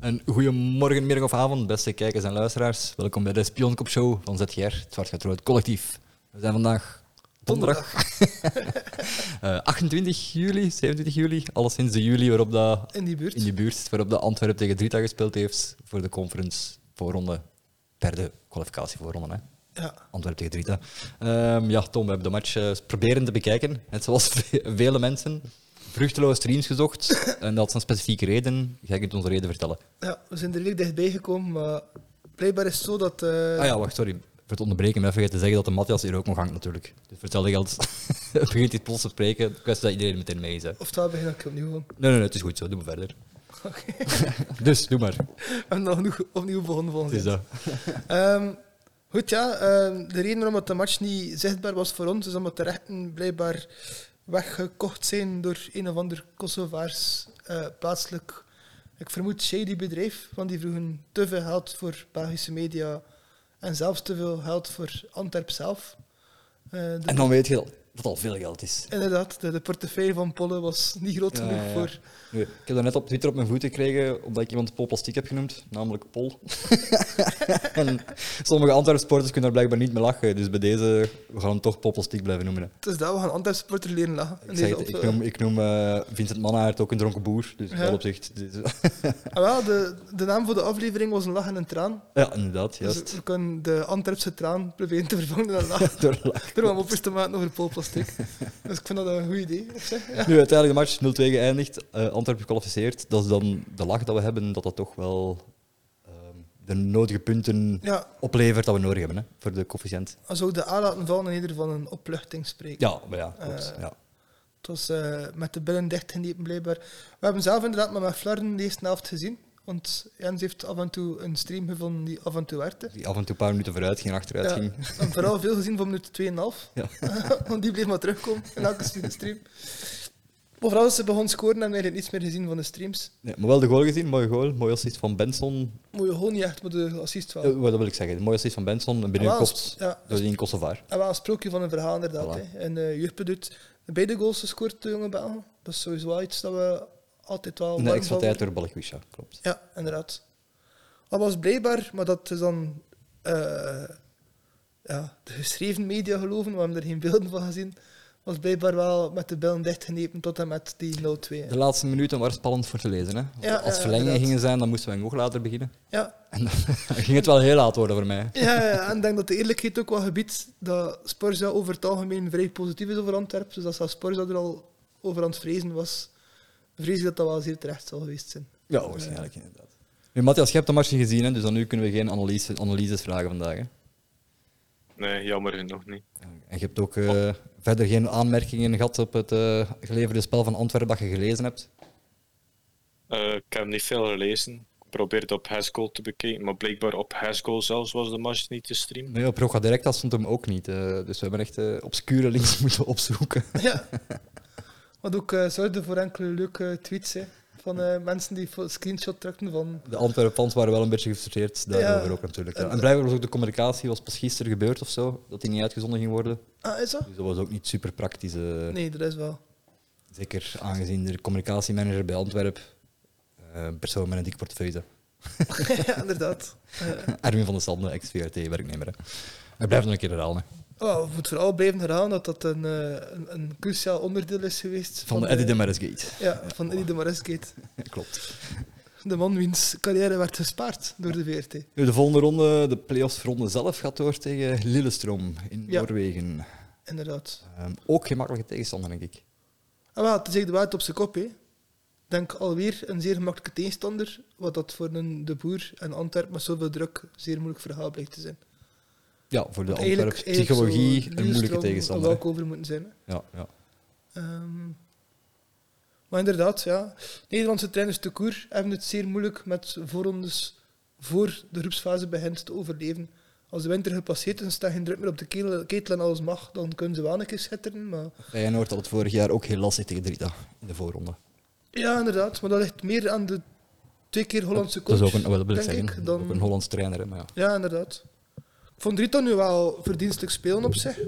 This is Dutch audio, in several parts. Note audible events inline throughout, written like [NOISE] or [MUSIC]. Een goeiemorgen, middag of avond, beste kijkers en luisteraars. Welkom bij de Spionkop Show van ZGR, het Zwart Gaat Rood Collectief. We zijn vandaag donderdag, [LAUGHS] eh, 28 juli, 27 juli, alleszins de juli waarop dat In die buurt. in die buurt, waarop de Antwerpen tegen Drita gespeeld heeft voor de conference voorronde, derde kwalificatie voorronde. Hè. Ja. Antwerpen tegen Drita. Ehm, ja, Tom, we hebben de match eh, proberen te bekijken. En zoals [LAUGHS] ve- vele mensen, vruchteloos streams gezocht. En dat is een specifieke reden. Jij kunt onze reden vertellen. ja, we zijn er weer dichtbij gekomen, maar blijkbaar is het zo dat... eh, Ah ja, wacht, sorry. Voor het onderbreken, maar vergeten te zeggen dat de Matthias hier ook nog hangt natuurlijk. Dus vertel je [LAUGHS] als begint dit plots te spreken, kwestie dat iedereen meteen mee is. Hè. Of daar begin ik opnieuw [LAUGHS] gewoon. Nee, nee, nee, het is goed zo, doe maar verder. dus, doe maar. We hebben dan genoeg opnieuw begonnen volgens Het is ons. dat. Ehm, goed, ja. ehm, de reden waarom dat de match niet zichtbaar was voor ons, is omdat de rechten blijkbaar weggekocht zijn door een of ander Kosovaars eh, plaatselijk, ik vermoed, shady bedrijf, want die vroegen te veel geld voor Belgische media en zelfs te veel geld voor Antwerp zelf. Eh, de En dan weet je dat dat al veel geld is. Inderdaad, de, de portefeuille van Polle was niet groot Ja, genoeg ja, ja. voor. Nu, ik heb dat net op Twitter op mijn voet gekregen, omdat ik iemand Pol Plastiek heb genoemd, namelijk Pol. [LAUGHS] en sommige Antwerpsporters kunnen daar blijkbaar niet mee lachen, dus bij deze we gaan hem toch Pol Plastiek blijven noemen. hè. Het is Dus dat we gaan Antwerp supporter leren lachen. in Ik, zeg deze het, ik opzo- noem, ik noem eh, Vincent Mannaert ook een dronken boer, dus in Ja. dat opzicht. dus- [LAUGHS] Ah, wel, de, de naam voor de aflevering was een lach en een traan. ja, inderdaad, Dus juist. we kunnen de Antwerpse traan proberen te vervangen door een [LAUGHS] lach. Door lachen. Door om opers te maken over polplastic. Dus ik vind dat een goed idee. op zich. Ja. Nu uiteindelijk de match 0-2 geëindigd, eh Antwerpen gekwalificeerd. Dat is dan de lach dat we hebben, dat dat toch wel ehm, de nodige punten ja, oplevert dat we nodig hebben hè, voor de coëfficiënt. als we ook de A laten vallen en ieder van een opluchting spreken. Ja, maar ja, klopt. Eh, ja. Het was eh, met de billen dichtgeniepen blijkbaar. We hebben zelf inderdaad maar met flarden de eerste helft gezien. Want Jens heeft af en toe een stream gevonden die af en toe werkte. Die af en toe een paar minuten vooruit ging en achteruit ging. Ja, en vooral veel gezien van minuut 2,5. Ja. [LAUGHS] Want die bleef maar terugkomen in elke stream. Maar vooral als ze begon scoren, hebben we eigenlijk niets meer gezien van de streams. Nee, maar wel de goal gezien, mooie goal. Mooie assist van Benson. Moet je gewoon niet echt, maar de assist wel. Eh, wat wil ik zeggen? Mooie assist van Benson, binnengekopt Ah, wel, ja. door die in Kosovaar. En wel een sprookje van een verhaal inderdaad. Voilà. hè. En uh, doet beide goals gescoord, de jonge Belgen. Dat is sowieso wel iets dat we altijd wel Nee, warm extra van tijd door Balkwisha, klopt. Ja, inderdaad. Dat was blijkbaar, maar dat is dan eh, ja, de geschreven media geloven, we hebben er geen beelden van gezien, was blijkbaar wel met de billen dichtgenepen tot en met die 0-2. hè. De laatste minuten waren spannend voor te lezen. Hè? Als Ja, ja, als verlengingen inderdaad. gingen zijn, dan moesten we nog later beginnen. Ja, En dan [LAUGHS] ging het wel heel laat worden voor mij. ja, ja, en ik denk dat de eerlijkheid ook wel gebiedt dat Sporza over het algemeen vrij positief is over Antwerpen, dus dat zelfs Sporza er al over aan het vrezen was, vrees ik dat dat wel zeer terecht zal geweest zijn. [LAUGHS] Ja, waarschijnlijk inderdaad. Nu, Matthias, je hebt de match niet gezien, hè, dus dan nu kunnen we geen analyse, analyses vragen vandaag. Hè? Nee, jammer genoeg niet. En je hebt ook eh, verder geen aanmerkingen gehad op het eh, geleverde spel van Antwerpen dat je gelezen hebt. Eh, ik heb niet veel gelezen. Ik probeerde op Haskell te bekijken, maar blijkbaar op Haskell zelfs was de match niet te streamen. Nee, op Roga Direct dat stond hem ook niet. eh, dus we hebben echt eh, obscure links [LAUGHS] moeten opzoeken. Ja. Wat ook eh, zorgde voor enkele leuke tweets hè, van eh, mensen die fo- screenshot trekten van. De Antwerpen-fans waren wel een beetje gefrustreerd daarover Ja. ook natuurlijk. ja. En blijkbaar was ook de communicatie, was pas gisteren gebeurd of zo, dat die niet uitgezonden ging worden. Ah, is dat? Dus dat was ook niet super praktisch. eh, Nee, dat is wel. [LAUGHS] Zeker aangezien de communicatiemanager bij Antwerpen eh, een persoon met een dik portefeuille. ja, inderdaad. Eh, Armin van der Sande, ex-VRT-werknemer. Ik blijf nog een keer herhalen. hè. oh, we moeten vooral blijven herhalen dat dat een, eh, een, een cruciaal onderdeel is geweest. Van de Eddie de Marisgate. Ja, van Eddie de Maresgate. Klopt. De man wiens carrière werd gespaard door de VRT. Nu, de volgende ronde, de play-offs ronde zelf, gaat door tegen Lillestroom in Ja. Noorwegen. Inderdaad. Ehm, ook gemakkelijke tegenstander, denk ik. Ah, wel, het is echt de waard op zijn kop, hè. Denk alweer een zeer gemakkelijke tegenstander, wat dat voor een De Boer en Antwerp met zoveel druk zeer moeilijk verhaal blijkt te zijn. Ja, voor de Want eigenlijk- Antwerp eigenlijk zou psychologie een moeilijke Lillestrøm tegenstander. er hè. wel over moeten zijn. hè. Ja, ja. Ehm, maar inderdaad, ja. Nederlandse trainers te koer hebben het zeer moeilijk met voorrondes voor de groepsfase begint te overleven. Als de winter gepasseerd is en staat geen druk meer op de ketel ketel en alles mag, dan kunnen ze wel een keer schitteren. Maar Feyenoord had het vorig jaar ook heel lastig tegen Drita in de voorronde. ja, inderdaad. Maar dat ligt meer aan de twee keer Hollandse dat coach. is ook een, wel, dat wil ik denk zeggen, ik, dat is ook een dan... Hollands trainer. hè, Maar ja. Ja, inderdaad. Ik vond Drita nu wel verdienstelijk spelen op zich.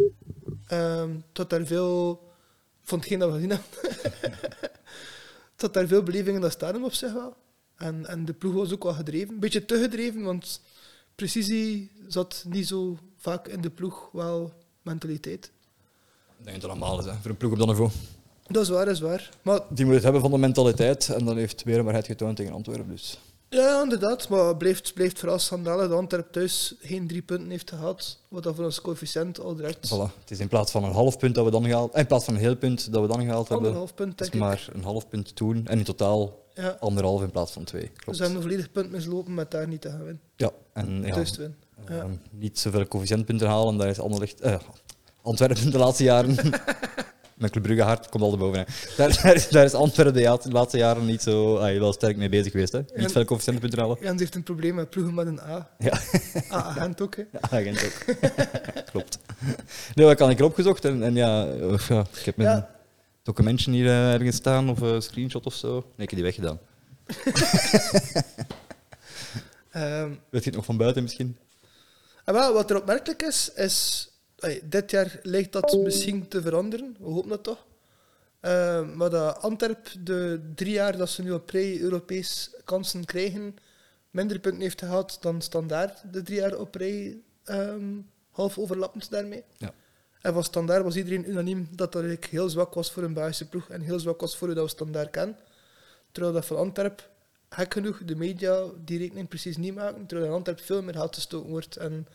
Ehm tot daar veel... [LAUGHS] Ik vond geen dat we gezien hebben. tot daar veel beleving in dat stadion op zich wel. Ehm, En, en de ploeg was ook wel gedreven. Een beetje te gedreven, want precisie zat niet zo vaak in de ploeg, wel mentaliteit. Ik denk dat het normaal is hè, voor een ploeg op dat niveau. Dat is waar, dat is waar. Maar Die moet het hebben van de mentaliteit en dan heeft Weermaarheid getoond tegen Antwerpen. Dus. ja, inderdaad, maar blijft, blijft vooral schandalen dat Antwerp thuis geen drie punten heeft gehad, wat dan voor ons coëfficiënt al direct Voilà. Het is in plaats van een half punt dat we dan gehaald eh, in plaats van een heel punt dat we dan gehaald hebben, anderhalf punt, is denk het ik. maar een half punt toen en in totaal Ja, anderhalf in plaats van twee. dus Klopt. ze hebben een volledig punt mislopen met daar niet te gaan winnen. Ja, en ja, Thuis te winnen. eh, Dus, ja. niet zoveel coëfficiëntpunten halen, daar is Anderlecht, eh, Antwerpen de laatste [LAUGHS] jaren. Mijn Club Brugge hart komt al de boven. hè. Daar, daar, is- daar is Antwerpen de ja- de laatste jaren niet zo ah, wel sterk mee bezig geweest. Hè? Niet En- veel coëfficiëntpunten halen. Jens heeft een probleem met ploegen met een A. Ja. A-agent ook, hè. Ja, agent ook. [LAUGHS] Klopt. Nee, wat kan ik erop gezocht? En, en ja, eh, ja, ik heb mijn Ja. documentje hier eh, ergens staan of een screenshot of zo. Nee, ik heb die weggedaan. Ehm, Weet je het nog van buiten misschien? En Ah, wel, wat er opmerkelijk is, is ey, dit jaar lijkt dat misschien te veranderen. We hopen dat toch. Eh, maar dat Antwerp de drie jaar dat ze nu op pre-Europees kansen krijgen, minder punten heeft gehad dan standaard de drie jaar op rij, ehm, half overlappend daarmee. Ja. En van standaard was iedereen unaniem dat dat eigenlijk heel zwak was voor een Belgische ploeg en heel zwak was voor hoe dat we standaard kennen. Terwijl dat van Antwerp, gek genoeg, de media die rekening precies niet maken. Terwijl in Antwerp veel meer haat gestoken wordt en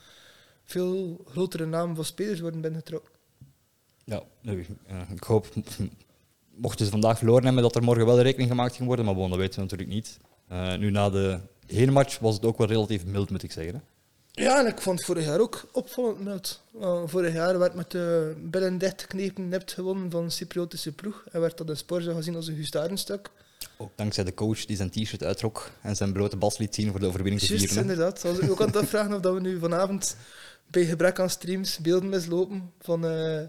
veel grotere namen van spelers worden binnengetrokken. Ja, nu, eh, ik hoop, [LAUGHS] mochten ze vandaag verloren hebben, dat er morgen wel rekening gemaakt ging worden. Maar bon, dat weten we natuurlijk niet. Eh, nu, na de heenmatch was het ook wel relatief mild, moet ik zeggen. Hè? Ja, en ik vond vorig jaar ook opvallend mild. Want vorig jaar werd met de billen dichtgeknepen nipt gewonnen van een Cypriotische ploeg. En werd dat in Sporza gezien als een gustadenstuk. Ook dankzij de coach die zijn t-shirt uittrok en zijn blote bas liet zien voor de overwinning te Juist, vieren. hè. inderdaad. Ik was ik ook aan het afvragen of dat we nu vanavond bij gebrek aan streams beelden mislopen van, eh,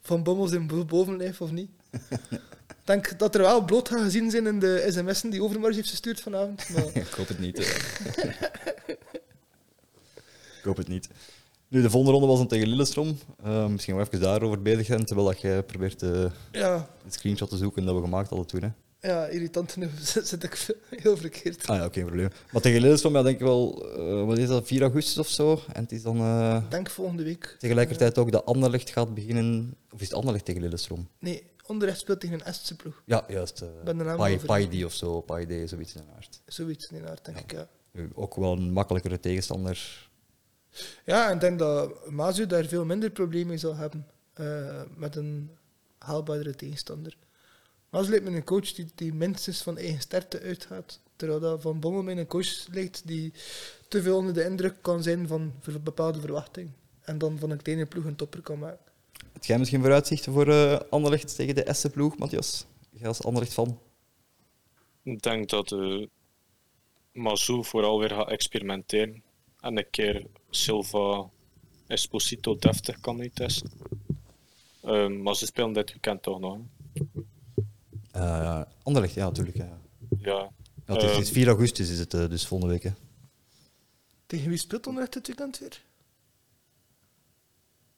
van bommels in bo- bovenlijf of niet. Ik denk dat er wel bloot gaan gezien zijn in de sms'en die Overmars heeft gestuurd vanavond. Maar [LAUGHS] ik hoop het niet. eh. [LAUGHS] ik hoop het niet. Nu, de volgende ronde was dan tegen Lillestrom. Eh, misschien wel even daarover bezig zijn, terwijl dat jij probeert eh, ja, het screenshot te zoeken dat we gemaakt hadden toen. Hè. ja irritant genoeg [LAUGHS] zit ik veel- heel verkeerd. Ah ja, oké, geen probleem. Maar tegen Lillestrom, ja, denk ik wel, eh, wat is dat, 4 augustus of zo? En het is dan eh, Ik denk volgende week. tegelijkertijd ook dat Anderlecht gaat beginnen. Of is het Anderlecht tegen Lillestrom? Nee, onderrecht speelt tegen een Estse ploeg. Ja, juist. eh, ben de naam Pai over- Paidi of zo, Paidi, zoiets in de aard. Zoiets in die aard, denk ik, ja. Nu, Ook wel een makkelijkere tegenstander Ja, en ik denk dat Mazu daar veel minder problemen mee zal hebben eh, met een haalbaardere tegenstander. Mazu lijkt me een coach die, die minstens van eigen sterkte uitgaat. Terwijl dat Van Bommel mij een coach lijkt die te veel onder de indruk kan zijn van ver- bepaalde verwachtingen. En dan van een kleine ploeg een topper kan maken. Heb jij misschien vooruitzichten voor eh Anderlecht tegen de Essen-ploeg, Matthias? Jij als Anderlecht van. Ik denk dat eh Mazou vooral weer gaat experimenteren. En een keer Silva Esposito deftig kan niet testen. Ehm, maar ze spelen dit weekend toch nog. hè? Anderlecht, Eh, ja, natuurlijk. Ja. Ja. Ja, het is, het is Ehm, 4 augustus, is het eh, dus volgende week. Hè. Tegen wie speelt onderuit dit weekend weer?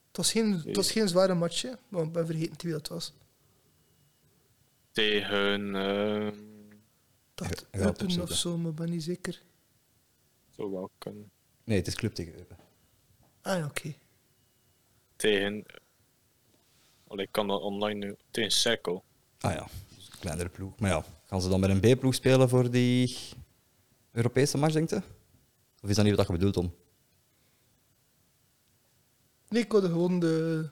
Het was geen, het was geen zware match, hè, maar ik ben vergeten wie dat was. Tegen. ehm, Dat Ja, ik ga het Eupen of opzoeken. zo, maar ik ben niet zeker. zou wel kunnen. Nee, het is club tegen Eupen. Ah, ja, oké. Tegen. Allee, ik kan dat online nu. Tegen Seco. Ah ja, dus een kleinere ploeg. Maar ja, gaan ze dan met een B-ploeg spelen voor die Europese match, denk je? Of is dat niet wat je bedoelt, Tom? Nee, ik wilde gewoon de.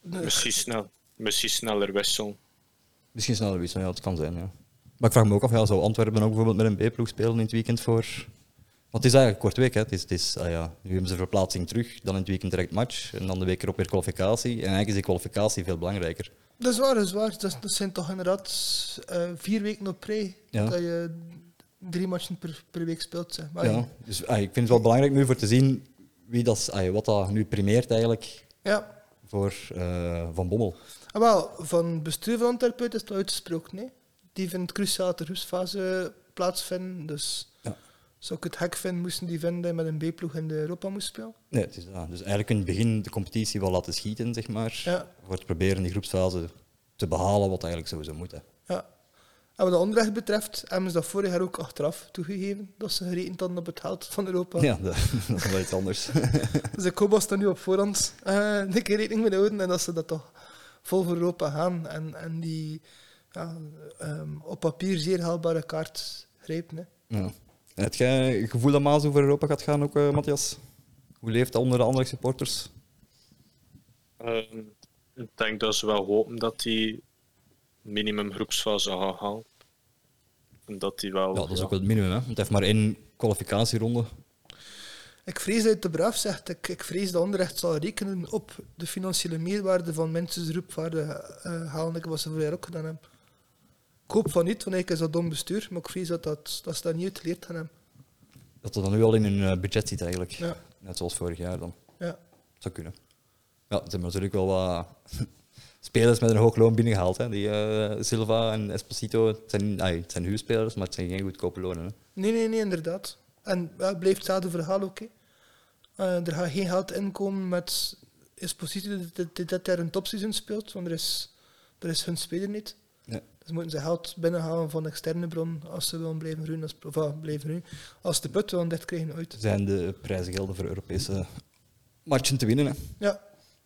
de- Misschien, snel, misschien sneller wisselen. Misschien sneller wisselen, ja, dat kan zijn. Ja. Maar ik vraag me ook af, ja, zou Antwerpen ook bijvoorbeeld met een B-ploeg spelen in het weekend voor... Want het is eigenlijk kort week, hè. Het is, het is, ah ja, nu hebben ze verplaatsing terug, dan in het weekend direct match, en dan de week erop weer kwalificatie. En eigenlijk is die kwalificatie veel belangrijker. Dat is waar, dat is waar. Dat, dat zijn toch inderdaad eh, vier weken op pre Ja. dat je drie matchen per, per week speelt. Zeg. Maar Ja, dus ah, ik vind het wel belangrijk nu voor te zien wie dat, is- ah, wat dat nu primeert eigenlijk ja. voor eh, Van Bommel. Ah, wel, van bestuur van Antwerpen uit is het wel uitgesproken. Nee? Die vindt cruciaal de groepsfase plaatsvinden. Dus Ja. zou ik het hek vinden, moesten die vinden met een B-ploeg in de Europa moest spelen. Nee, het is, ah, dus eigenlijk in het begin de competitie wel laten schieten, zeg maar. Ja. Voor te proberen in die groepsfase te behalen wat eigenlijk sowieso moet. Hè. Ja. En wat de onrecht betreft, hebben ze dat vorig jaar ook achteraf toegegeven, dat ze gerekend hadden op het geld van Europa. Ja, [LAUGHS] dat, dat is wel iets anders. Dus ik hoop als dat nu op voorhand eh, een keer rekening mee houden en dat ze dat toch vol voor Europa gaan en, en die ja, ehm, op papier zeer haalbare kaart grijpen. Hè. ja. En heb jij het gevoel dat Maas over Europa gaat gaan ook, eh, Matthias? Hoe leeft dat onder de andere supporters? Ehm, ik denk dat ze wel hopen dat die minimum groepsfase gaat halen. En dat die wel... Ja, dat is ook wel het minimum, hè? Want het heeft maar één kwalificatieronde. Ik vrees dat je te braaf zegt. Ik, ik vrees dat onrecht zal rekenen op de financiële meerwaarde van mensen roepvaarde eh halen. Ik was ze vorig jaar ook gedaan hebben. Ik hoop van niet, want ik is dat dom bestuur, maar ik vrees dat, dat, dat ze dat niet uitgeleerd gaan hebben. Dat dat dan nu al in hun eh, budget zit, eigenlijk. Ja. Net zoals vorig jaar dan. Ja. Zou kunnen. Ja, ze hebben natuurlijk wel wat [LAUGHS] spelers met een hoog loon binnengehaald. Hè. Die eh, Silva en Esposito, het zijn, ai, het zijn huurspelers, maar het zijn geen goedkope lonen. Hè. Nee, nee, nee, inderdaad. En ja, het blijft hetzelfde verhaal ook. hè. Eh, er gaat geen geld inkomen met Esposito dat, dat, dat hij een topseizoen speelt, want er is, er is hun speler niet. Ja. Dus moeten ze geld binnenhalen van externe bron als ze willen blijven groeien. Als, of, ah, blijven groeien. als de put wil dit krijgen ooit. Zijn de prijzen gelden voor Europese matchen te winnen. Hè. Ja,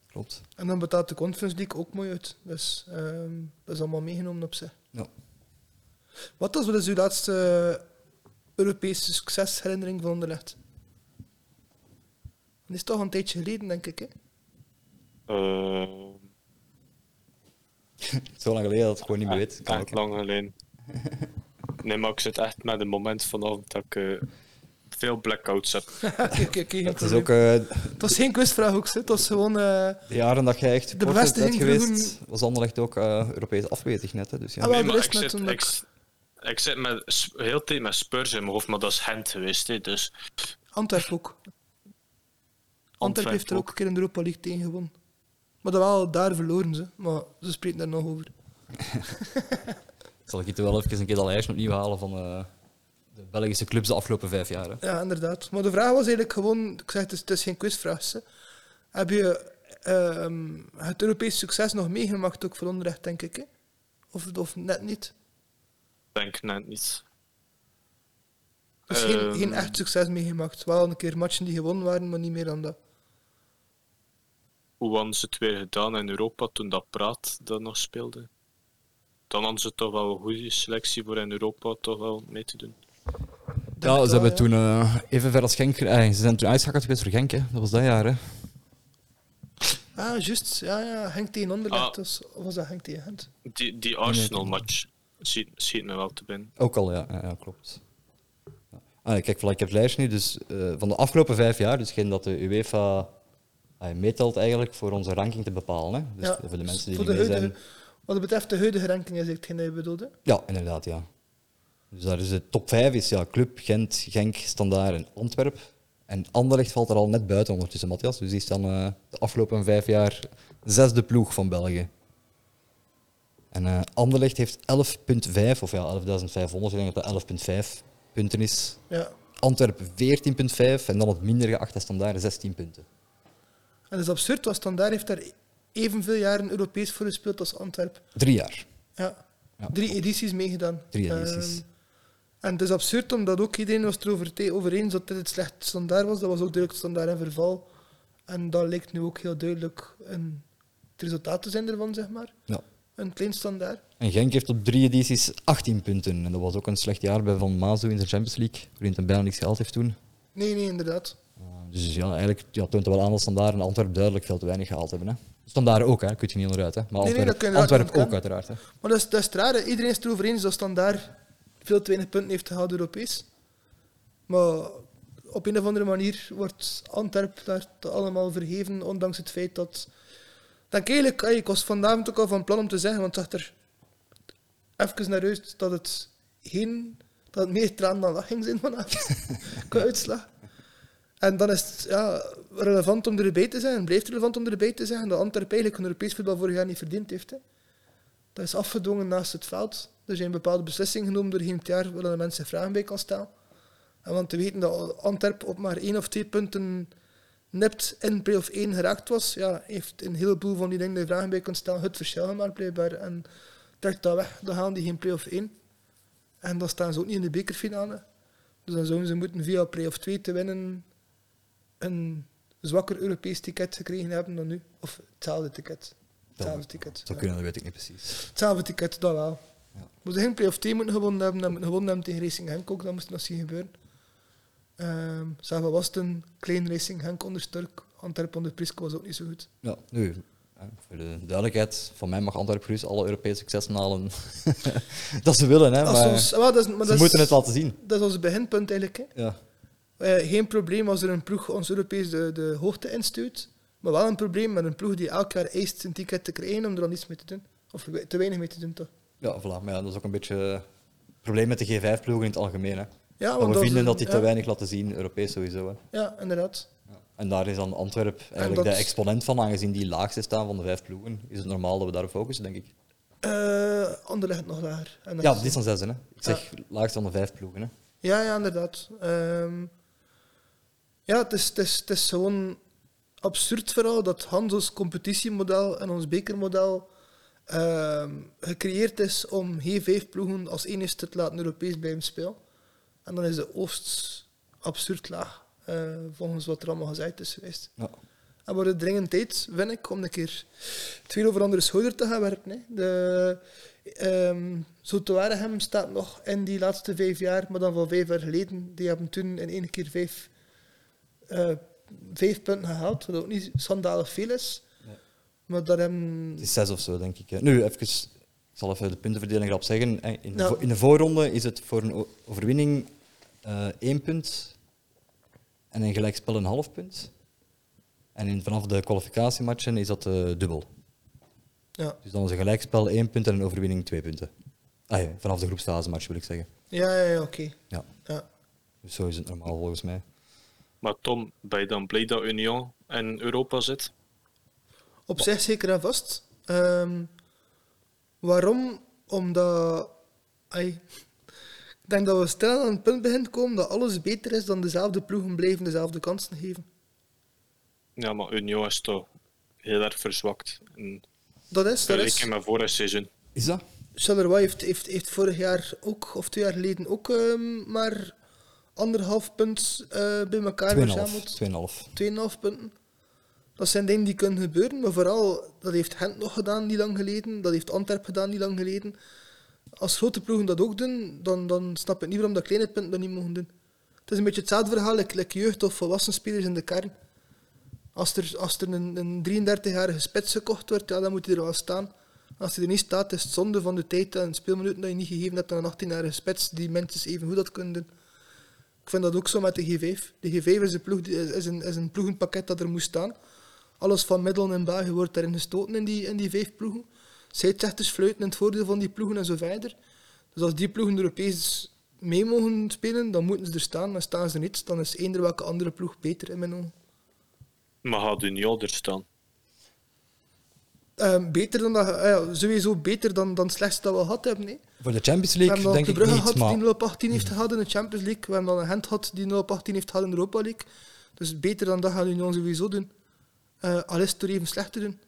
Klopt. en dan betaalt de Conference League ook mooi uit. Dus ehm, dat is allemaal meegenomen op zich. Ja. [LAUGHS] Wat was wel eens uw laatste Europese succesherinnering van Anderlecht? Dat is toch een tijdje geleden, denk ik. Hè? Ehm, Zo lang geleden dat ik het gewoon niet meer weet. echt- Kan ook, echt hè. [LAUGHS] lang geleden. Nee, maar ik zit echt met een moment vanaf dat ik eh, veel blackouts heb. Kijk, kijk, kijk, Het is ook eh, het was geen quizvraag ook, hè. het was gewoon... eh, de jaren dat jij echt supporter bent bevestiging geweest, was Anderlecht ook eh, Europees afwezig net. Hè. Dus ja, Ah, wel. Nee, maar er is ik net zit, een- ik, s- ik zit met, s- heel de tijd met Spurs in mijn hoofd, maar dat is Gent geweest. Hè, dus Antwerpen ook. Antwerpen Antwerpen heeft er ook ook. een keer in de Europa League tegen gewonnen. Maar dat wel, daar verloren ze. Maar ze spreken daar nog over. zal ik het wel even een keer dat lijstje opnieuw halen van eh, de Belgische clubs de afgelopen vijf jaar. Hè. Ja, inderdaad. Maar de vraag was eigenlijk gewoon... Ik zeg, het is, het is geen quizvraag. hè. Heb je ehm, het Europese succes nog meegemaakt, ook voor onrecht, denk ik? Hè? Of, of net niet? denk net niet. Dus geen, Ehm. geen echt succes meegemaakt. Wel een keer matchen die gewonnen waren, maar niet meer dan dat. Hoe hadden ze het weer gedaan in Europa toen dat Praat dat nog speelde? Dan hadden ze toch wel een goede selectie voor in Europa toch wel mee te doen. Denk Ja, ze wel, hebben ja. toen eh, even ver als Genk. eh, ze zijn toen uitschakeld geweest voor Genk, hè. dat was dat jaar. Hè. Ah, juist. Ja, ja. Henk tegen Anderlecht. Ah. Dus, of was dat Henk tegen Gent? Die, die Arsenal-match ziet, ziet me wel te binnen. Ook al, ja, ja, ja, klopt. Ja. Ah, kijk, voilà, ik heb het lijstje nu, dus eh, van de afgelopen vijf jaar, dus geen dat de UEFA ah, meetelt eigenlijk voor onze ranking te bepalen. Hè. Dus Ja, voor de dus mensen die voor niet de mee zijn. huidige- Wat betreft de huidige ranking is het hetgeen dat je bedoelde. Ja, inderdaad, ja. Dus daar is de top 5 is ja, Club, Gent, Genk, Standaard en Antwerp. En Anderlecht valt er al net buiten ondertussen, Matthias. Dus die is dan eh, de afgelopen vijf jaar zesde ploeg van België. En eh, Anderlecht heeft 11,5, of ja, 11.500, ik denk dat dat 11,5 punten is. Ja. Antwerpen 14,5 en dan het minder geachte Standaard 16 punten. En dat is absurd, want Standaard heeft daar evenveel jaren Europees voor gespeeld als Antwerp. Drie jaar. Ja. Ja. Drie edities meegedaan. Drie edities. Ehm, en het is absurd, omdat ook iedereen was het erover te- over eens dat dit het slecht standaard was. Dat was ook duidelijk standaard in verval. En dat lijkt nu ook heel duidelijk in het resultaat te zijn ervan, zeg maar. Ja. Een klein standaard. En Genk heeft op drie edities 18 punten. En dat was ook een slecht jaar bij Van Mazo in zijn Champions League, waarin hij bijna niks gehaald heeft toen. Nee, nee, inderdaad. Uh, Dus ja, eigenlijk ja, toont het wel aan dat Standaard en Antwerpen duidelijk veel te weinig gehaald hebben. Hè. Standaard ook, hè. kun je niet onderuit. Hè. Maar Nee, nee, Antwerpen dat kun je Antwerp ook, inderdaad uiteraard. Hè. Maar dat is, dat is het rare. Iedereen is het erover eens dat Standaard veel te weinig punten heeft gehaald Europees. Maar op een of andere manier wordt Antwerp daar te allemaal verheven, ondanks het feit dat... Denk eigenlijk, ey, ik was vanavond ook al van plan om te zeggen, want het zag er even naar uit dat het, geen, dat het meer traan dan lach ging zijn vanavond, qua uitslag. En dan is het ja, relevant om erbij te zijn, het blijft relevant om erbij te zijn, dat Antwerp eigenlijk een Europees voetbal vorig jaar niet verdiend heeft. Hè. Dat is afgedwongen naast het veld. Er zijn bepaalde beslissingen genomen doorheen het jaar waar de mensen vragen bij kan stellen. En want te weten dat Antwerpen op maar één of twee punten nipt in play-off 1 geraakt was, ja, heeft een heleboel van die dingen die je vragen bij kunt stellen het verschil gemaakt blijkbaar. En trekt dat weg, dan gaan die geen play-off 1. En dan staan ze ook niet in de bekerfinale. Dus dan zouden ze moeten via play of 2 te winnen een zwakker Europees ticket gekregen hebben dan nu. Of hetzelfde ticket. Hetzelfde ticket. Zou ja. kunnen, dat weet ik niet precies. Hetzelfde ticket, dat wel. Ja. Moet geen play of 2 moeten gewonnen hebben. Dan moeten gewonnen hebben tegen Racing Henk ook. Dat moest nog zien gebeuren. Ehm zelfs al was het een klein Racing Henk onder Sturk. Antwerpen onder Prisco was ook niet zo goed. Ja, nu, ja, voor de duidelijkheid, van mij mag Antwerpen Plus alle Europese successen halen [LAUGHS] dat ze willen, hè, Als maar, ze ons- wel, dat is, maar ze dat is- moeten het laten zien. Dat is ons beginpunt eigenlijk. Hè. Ja. Eh, geen probleem als er een ploeg ons Europees de, de hoogte instuurt. Maar wel een probleem met een ploeg die elk jaar eist een ticket te krijgen om er al niets mee te doen. Of we- te weinig mee te doen, toch? Ja, voilà. Maar ja, dat is ook een beetje eh, het probleem met de G5-ploegen in het algemeen. Hè. Ja, dat we is vinden een- dat die te ja, weinig laten zien, Europees sowieso. Hè. Ja, inderdaad. En daar is dan Antwerp eigenlijk dat- de exponent van, aangezien die laagste staan van de vijf ploegen. Is het normaal dat we daarop focussen, denk ik? Eh Anderlecht nog lager. En dat Ja, is- dit is dan zes, hè? Ik zeg laagste van de vijf ploegen. Hè. Ja, ja, inderdaad. Ehm, ja, het is, het, is, het is gewoon absurd vooral dat Hans ons competitiemodel en ons bekermodel ehm, gecreëerd is om G5-ploegen als enigste te laten Europees blijven spelen. En dan is de oogst absurd laag, eh, volgens wat er allemaal gezegd is geweest. Ja. En wordt het dringend tijd, vind ik, om een keer het veel over andere schouder te gaan werpen. Hè. De, ehm zo te waren hem staat nog in die laatste vijf jaar, maar dan van vijf jaar geleden. Die hebben toen in één keer vijf, eh, vijf punten gehaald, wat ook niet schandalig veel is. Nee. Maar daar hebben... Het is zes of zo, denk ik. hè. Nu, even, ik zal even de puntenverdeling grap zeggen. hè. In de, Ja. vo- in de voorronde is het voor een o- overwinning eh, één punt en een gelijkspel een half punt. En in, vanaf de kwalificatiematchen is dat eh, dubbel. Ja, Dus dan is een gelijkspel één punt en een overwinning twee punten. Ah, ja, vanaf de groepsfasematch wil ik zeggen. ja, ja, ja, oké. Ja, Ja. dus zo is het normaal volgens mij. Maar Tom, ben je dan blij dat Union in Europa zit? Op zich zeker en vast. Ehm, waarom? Omdat... ai, ik denk dat we stil aan het punt beginnen te komen dat alles beter is dan dezelfde ploegen blijven dezelfde kansen geven. Ja, maar Union is toch heel erg verzwakt. In Dat is, dat is. vergelijking met vorig seizoen. Is dat? Charleroi heeft, heeft, heeft vorig jaar ook, of twee jaar geleden ook, ehm, maar anderhalf punt eh, bij elkaar 2,5. verzameld. 2,5. 2,5 punten. Dat zijn dingen die kunnen gebeuren, maar vooral, dat heeft Gent nog gedaan niet lang geleden, dat heeft Antwerp gedaan niet lang geleden. Als grote ploegen dat ook doen, dan, dan snap ik niet waarom dat kleine punten dat niet mogen doen. Het is een beetje hetzelfde verhaal, like, like jeugd- of volwassen spelers in de kern. Als er, als er een, een 33-jarige spits gekocht wordt, ja, dan moet hij er wel staan. Als hij er niet staat, is het zonde van de tijd en speelminuten dat je niet gegeven hebt aan een 18-jarige spits die mensen even goed dat kunnen doen. Ik vind dat ook zo met de G5. De G5 is een, ploeg, die- is, is een, is een ploegenpakket dat er moest staan. Alles van middelen en België wordt daarin gestoten in die, in die vijf ploegen. Scheidsrechters fluiten in het voordeel van die ploegen en zo verder. Dus als die ploegen Europees mee mogen spelen, dan moeten ze er staan. En staan ze niet, dan is eender welke andere ploeg beter in mijn ogen. Maar gaat Union er staan? Ehm, beter dan dat, eh, ja, sowieso beter dan, dan slechts dat we gehad hebben. Nee. Voor de Champions We League hebben dan denk de ik Brugge niet, gehad maar... die 0 op 18 heeft gehad in de Champions League. We hebben dan een Gent gehad die 0 op 18 heeft gehad in de Europa League. Dus beter dan dat gaan Union sowieso doen. Eh al is het door even slecht te doen.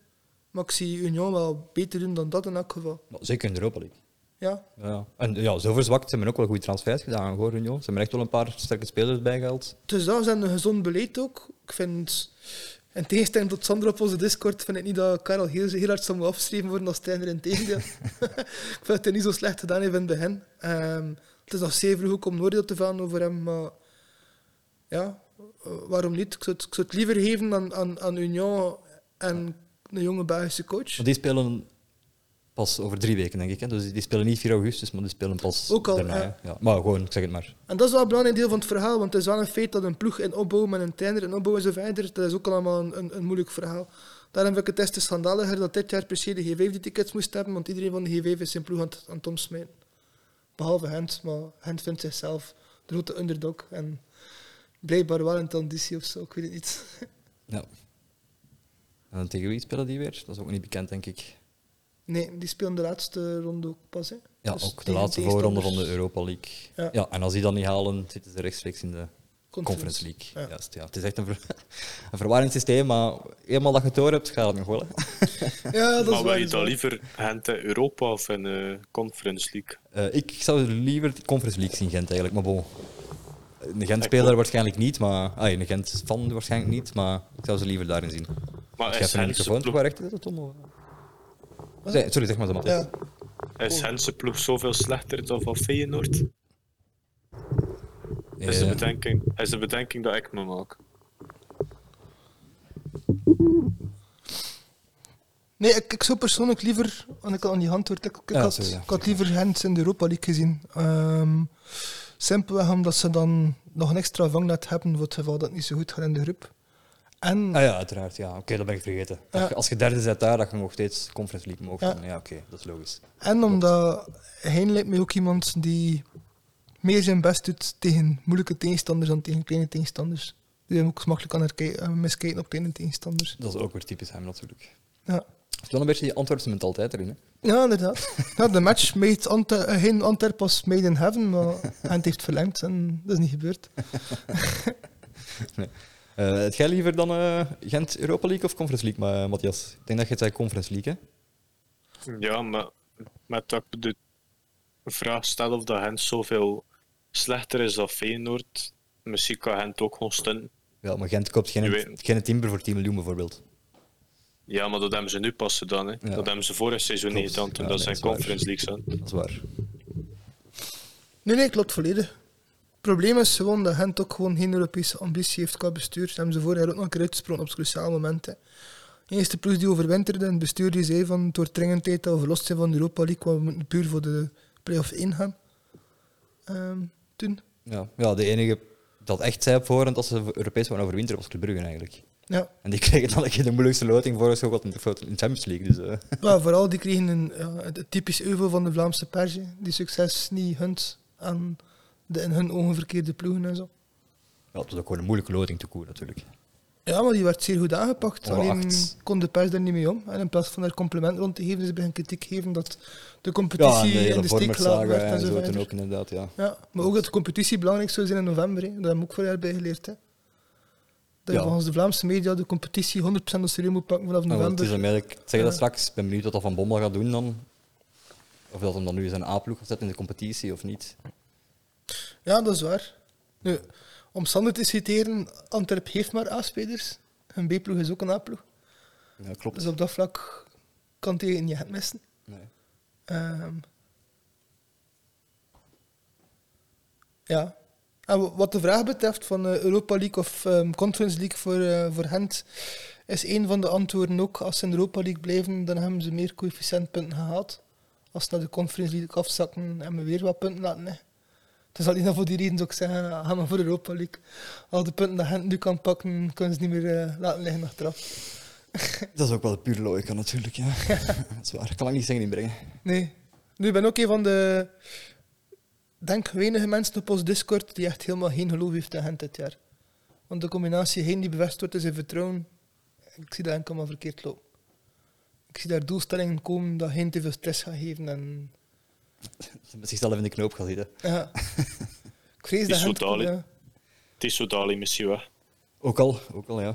Maar ik zie Union wel beter doen dan dat in elk geval. maar Zeker in de Europa League. Ja, Ja. En ja, zo verzwakt. Ze hebben ook wel goede transfers gedaan, hoor, Union. Ze hebben echt wel een paar sterke spelers bijgehaald. dus dat is een gezond beleid ook. Ik vind, in tegenstelling tot Sander op onze Discord, vind ik niet dat Karel heel, heel hard zou moeten afgeschreven worden als trainer in tegendeel. [LAUGHS] ik vind dat hij niet zo slecht gedaan heeft in het begin. Ehm, het is nog zeer vroeg ook om een oordeel te vellen over hem, maar ja, eh, waarom niet? Ik zou het, ik zou het liever geven aan, aan, aan Union en een jonge Belgische coach. Maar die spelen pas over drie weken, denk ik. Hè. Dus die spelen niet 4 augustus, maar die spelen pas Ook al, daarna. ja. hè. Ja. Maar gewoon, ik zeg het maar. En dat is wel een belangrijk deel van het verhaal, want het is wel een feit dat een ploeg in opbouw met een trainer in opbouw en zo verder, dat is ook allemaal een, een, een moeilijk verhaal. Daarom vind ik het des te schandaliger dat dit jaar per se de G5 die tickets moest hebben, want iedereen van de G5 is zijn ploeg aan het, aan het omsmijten. Behalve Gent, maar Gent vindt zichzelf de grote underdog en blijkbaar wel een tanditie of zo, ik weet het niet. [LAUGHS] Ja. En tegen wie spelen die weer? Dat is ook niet bekend, denk ik. Nee, die spelen de laatste ronde ook pas. Hè. Ja, Dus ook de tegen laatste voorronde van de tegenstanders- Europa League. Ja. dus- Ja. en als die dan niet halen, zitten ze rechtstreeks in de Conference League. Ja. Juist, ja. Het is echt een, ver- [LAUGHS] een verwarrend systeem, maar eenmaal dat je het door hebt, gaat het nog wel. hè. Ja, dat is maar wil waar. dat je is waar. dat liever Gent in Europa of in de Conference League? Eh, ik zou liever de Conference League zien, Gent eigenlijk, maar bon. Een Gent-speler waarschijnlijk niet, maar... Ah, een Gent-fan waarschijnlijk niet, maar ik zou ze liever daarin zien. Maar Schrijf is een Gentse microfoon ploeg, toch waar echt is, Tom? of- Nee, sorry, zeg maar zo, Matthias. Ja. is Gentse ploeg zoveel slechter dan van Feyenoord? Is, de Eh, bedenking, is de bedenking dat ik me maak. Nee, ik, ik zou persoonlijk liever, want ik had aan die hand hoort, ik, ik, Ja, had, sorry, ja. ik had liever Gent in de Europa League gezien. Ehm, simpelweg omdat ze dan nog een extra vangnet hebben voor het geval dat het niet zo goed gaat in de groep. En Ah ja, uiteraard. Ja. Oké, dat ben ik vergeten. Dat Ja. je- als je derde zit daar, dat je nog steeds Conference League mag. Ja. Ja, ja oké, dat is logisch. En omdat hij lijkt mij ook iemand die meer zijn best doet tegen moeilijke tegenstanders dan tegen kleine tegenstanders. Die hem ook makkelijk kan herkij- eh, miskijken op kleine tegenstanders. Dat is ook weer typisch hem natuurlijk. Het Ja, is wel een beetje die Antwerpse mentaliteit erin. Hè? ja [LAUGHS] inderdaad. ja, de match made Ante eh, geen Antwerp was made in heaven, maar Gent heeft verlengd en dat is niet gebeurd. Nee. Eh, het jij liever dan eh, Gent Europa League of Conference League, maar, Matthias? Ik denk dat je het zei Conference League, hè? Ja, maar met dat ik de vraag stel of dat Gent zoveel slechter is dan Feyenoord, misschien kan Gent ook gewoon stunten. Ja, maar Gent koopt Je geen, weet- geen timber voor 10 miljoen bijvoorbeeld. Ja, maar dat hebben ze nu pas gedaan. Hè. Ja. Dat hebben ze vorig seizoen Klopt. niet gedaan toen Ja, dat nee, ze in dat is waar. Conference League zijn. Dat is waar. Nee, nee, klopt volledig. Het probleem is gewoon dat Gent ook gewoon geen Europese ambitie heeft qua bestuur. Dat hebben ze vorig jaar ook nog een keer uitgesproken op het cruciale moment. Hè. De eerste ploeg die overwinterde en het bestuur die zei van door dringendheid dat we verlost zijn van de Europa League, want we moeten puur voor de play-off ingaan. Ehm, toen. Ja. ja, de enige dat echt zei op voorhand dat ze Europees waren overwinteren was Club Brugge eigenlijk. Ja, [LAUGHS] En die [LAUGHS] kregen dan een keer de moeilijkste loting voor als ook in de Champions League. Dus, eh. maar vooral die kregen een, ja, het typisch euvel van de Vlaamse persie. Die succes niet hunt aan de in hun ogen verkeerde ploegen en zo. Ja, het was ook gewoon een moeilijke loting te koer natuurlijk. Ja, maar die werd zeer goed aangepakt. Ongeacht. Alleen kon de pers daar niet mee om. En in plaats van daar compliment rond te geven, ze beginnen kritiek geven dat de Ja, en competitie de in hele de steek vormersaga gelaten werd en en zo zo verder. toen ook inderdaad, ja. Ja, maar ook dat de competitie belangrijk zou zijn in november. Hè. Dat hebben we ook vorig jaar bij geleerd. Hè. Dat Ja. je volgens de Vlaamse media de competitie 100% als serieus moet pakken vanaf Nou, want het is november. een merk. Ik zeg dat Ja. straks. Ik ben benieuwd wat dat Van Bommel gaat doen dan. Of dat hem dan nu zijn A-ploeg gaat zetten in de competitie of niet. Ja, dat is waar. Nu, om Sander te citeren, Antwerp heeft maar A-spelers. Een B-ploeg is ook een A-ploeg. Ja, klopt. Dus op dat vlak kan tegen niet het missen. Nee. [LAUGHS] Ehm. ja. En wa- wat de vraag betreft van eh, Europa League of ehm, Conference League voor, eh, voor Gent, is een van de antwoorden ook, als ze in de Europa League blijven, dan hebben ze meer coëfficiëntpunten gehaald. Als ze naar de Conference League afzakken, hebben we weer wat punten laten liggen. Dus alleen al voor die reden zou ik zeggen, ga maar voor Europa League. Al de punten die Gent nu kan pakken, kunnen ze niet meer eh, laten liggen achteraf. Dat is ook wel puur logica natuurlijk. Ja. [LAUGHS] dat is waar. Ik kan lang niet zeggen inbrengen. Nee. Nu, ik ben ook een van de, denk weinige mensen op ons Discord die echt helemaal geen geloof heeft in Gent dit jaar. Want de combinatie heen die bevestigd wordt is in vertrouwen. Ik zie dat enkel maar verkeerd lopen. Ik zie daar doelstellingen komen dat geen te veel stress gaat geven. En, Met zichzelf in de knoop gaan zitten. ja. ik vrees Die dat Gent... Soudali. ja. Tissot Dali misschien weg. Ook al, ook al ja.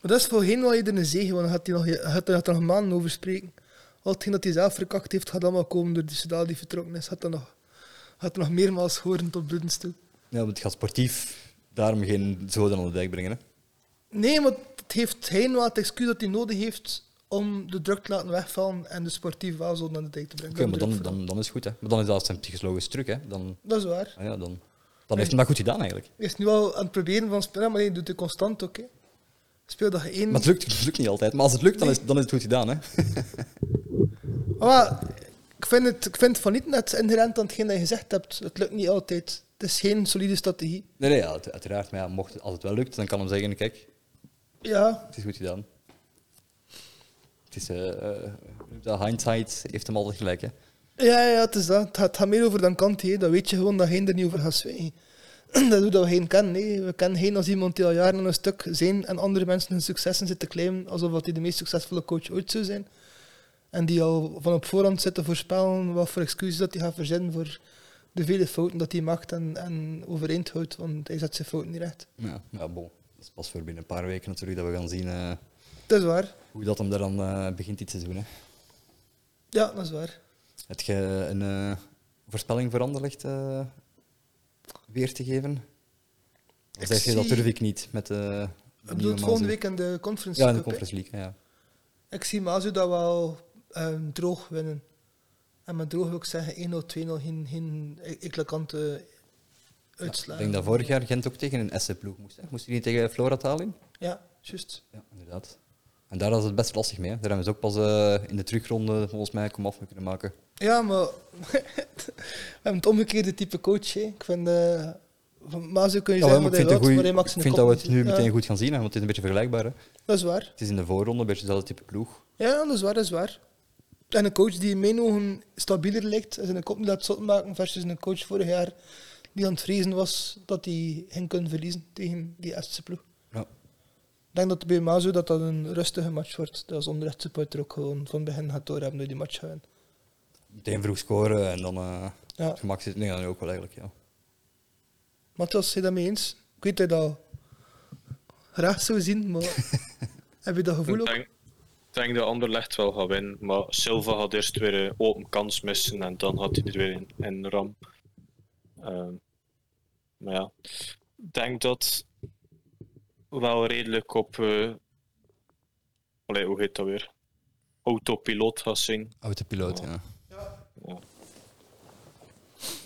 Maar dat is voor geen wel eerder een zegen, want dan gaat hij nog, gaat, hij gaat er nog maanden over spreken. Al hetgeen dat hij zelf verkakt heeft, gaat allemaal komen door die Soudal die vertrokken is. Gaat dat nog, gaat er nog meermaals horen tot bloedens toe. ja maar het gaat sportief daarom geen zoden aan de dijk brengen. Hè. Nee, want het heeft geen wel het excuus dat hij nodig heeft om de druk te laten wegvallen en de sportief wel zo naar de dijk te brengen. Oké, maar Dat dan, bedoel ik dan, dan is het goed. Hè. Maar dan is dat zijn psychologisch truc. Hè. Dan, vooral. Dat is waar. ah ja, dan, dan heeft hij dat goed gedaan eigenlijk. Hij is nu al aan het proberen van spelen, maar hij doet het constant ook. Hè. Speeldag 1. Maar het lukt, het lukt niet altijd. Maar als het lukt, dan is, dan is het goed gedaan. Hè. Maar ik vind, het, ik vind het van niet net inherent aan hetgeen dat je gezegd hebt. Het lukt niet altijd. Het is geen solide strategie. [LAUGHS] Nee, nee ja, uit- uiteraard. Maar ja, mocht het, als het wel lukt, dan kan hem zeggen: kijk, Ja, het is goed gedaan. Het is, eh, eh, de hindsight heeft hem altijd gelijk. Hè. ja, ja het is dat. Het gaat, het gaat meer over dan Kante. hè. Dan weet je gewoon dat geen er niet over gaat zwijgen. [CLEARS THROAT] Dat doet dat we geen kennen. hè. We kennen geen als iemand die al jaren aan een stuk zijn en andere mensen hun successen zit te claimen alsof dat hij de meest succesvolle coach ooit zou zijn. En die al van op voorhand zit te voorspellen wat voor excuses dat hij gaat verzinnen voor de vele fouten dat hij maakt en, en overeind houdt, want hij zet zijn fouten niet recht. Ja, ja bon. Dat is pas voor binnen een paar weken natuurlijk dat we gaan zien eh, Dat is waar. hoe dat hem daar dan eh, begint dit seizoen. Hè. Ja, dat is waar. Heb je een eh, voorspelling voor Anderlecht eh, weer te geven? Of Ik zeg je dat zie- durf ik niet met eh Ik bedoel, het volgende week in de conference. Ja, in de Cup, hè. Conference League. Ja. Ik zie Mazu dat wel ehm, droog winnen. En met droog wil ik zeggen 1-0, 2-0, geen, geen eklankante Ja, uitslagen. ik denk dat vorig jaar Gent ook tegen een SC-ploeg moest. Hè? Moest hij niet tegen Flora Tallinn? Ja, juist. Ja, inderdaad. En daar was het best lastig mee. Hè. Daar hebben ze ook pas eh, in de terugronde volgens mij kom af kunnen maken. Ja, maar [LAUGHS] we hebben het omgekeerde type coach. hè. Ik vind, eh, van Mazu kun je Ja, zeggen maar wat ik hij vind, het wil, een goeie- maar hij maakt ik zijn vind dat kop we het niet. nu Ja, meteen goed gaan zien, hè, want het is een beetje vergelijkbaar. Hè. Dat is waar. Het is in de voorronde een beetje hetzelfde type ploeg. Ja, dat is waar, dat is waar. En een coach die in mijn ogen stabieler lijkt en zijn kop niet laat zot maken versus een coach vorig jaar die aan het vrezen was dat hij ging kunnen verliezen tegen die Estse ploeg. Ja. Ik denk dat bij Mazo dat dat een rustige match wordt. Dat is onrecht supporter ook gewoon van begin gaat door hebben door die match gaan winnen. Meteen vroeg scoren en dan eh Ja. het gemak zit. Nee, dan ook wel eigenlijk. Ja. Matthias, ben je dat mee eens? Ik weet dat je dat graag zou zien, maar heb je dat gevoel Ik ook? denk, ik denk dat Anderlecht wel gaat winnen, maar Silva had eerst weer een open kans missen en dan had hij er weer in, in ram. Ehm, maar ja, ik denk dat wel redelijk op. eh allee, hoe heet dat weer? Autopiloot gaat zijn. Autopiloot, Ja. ja.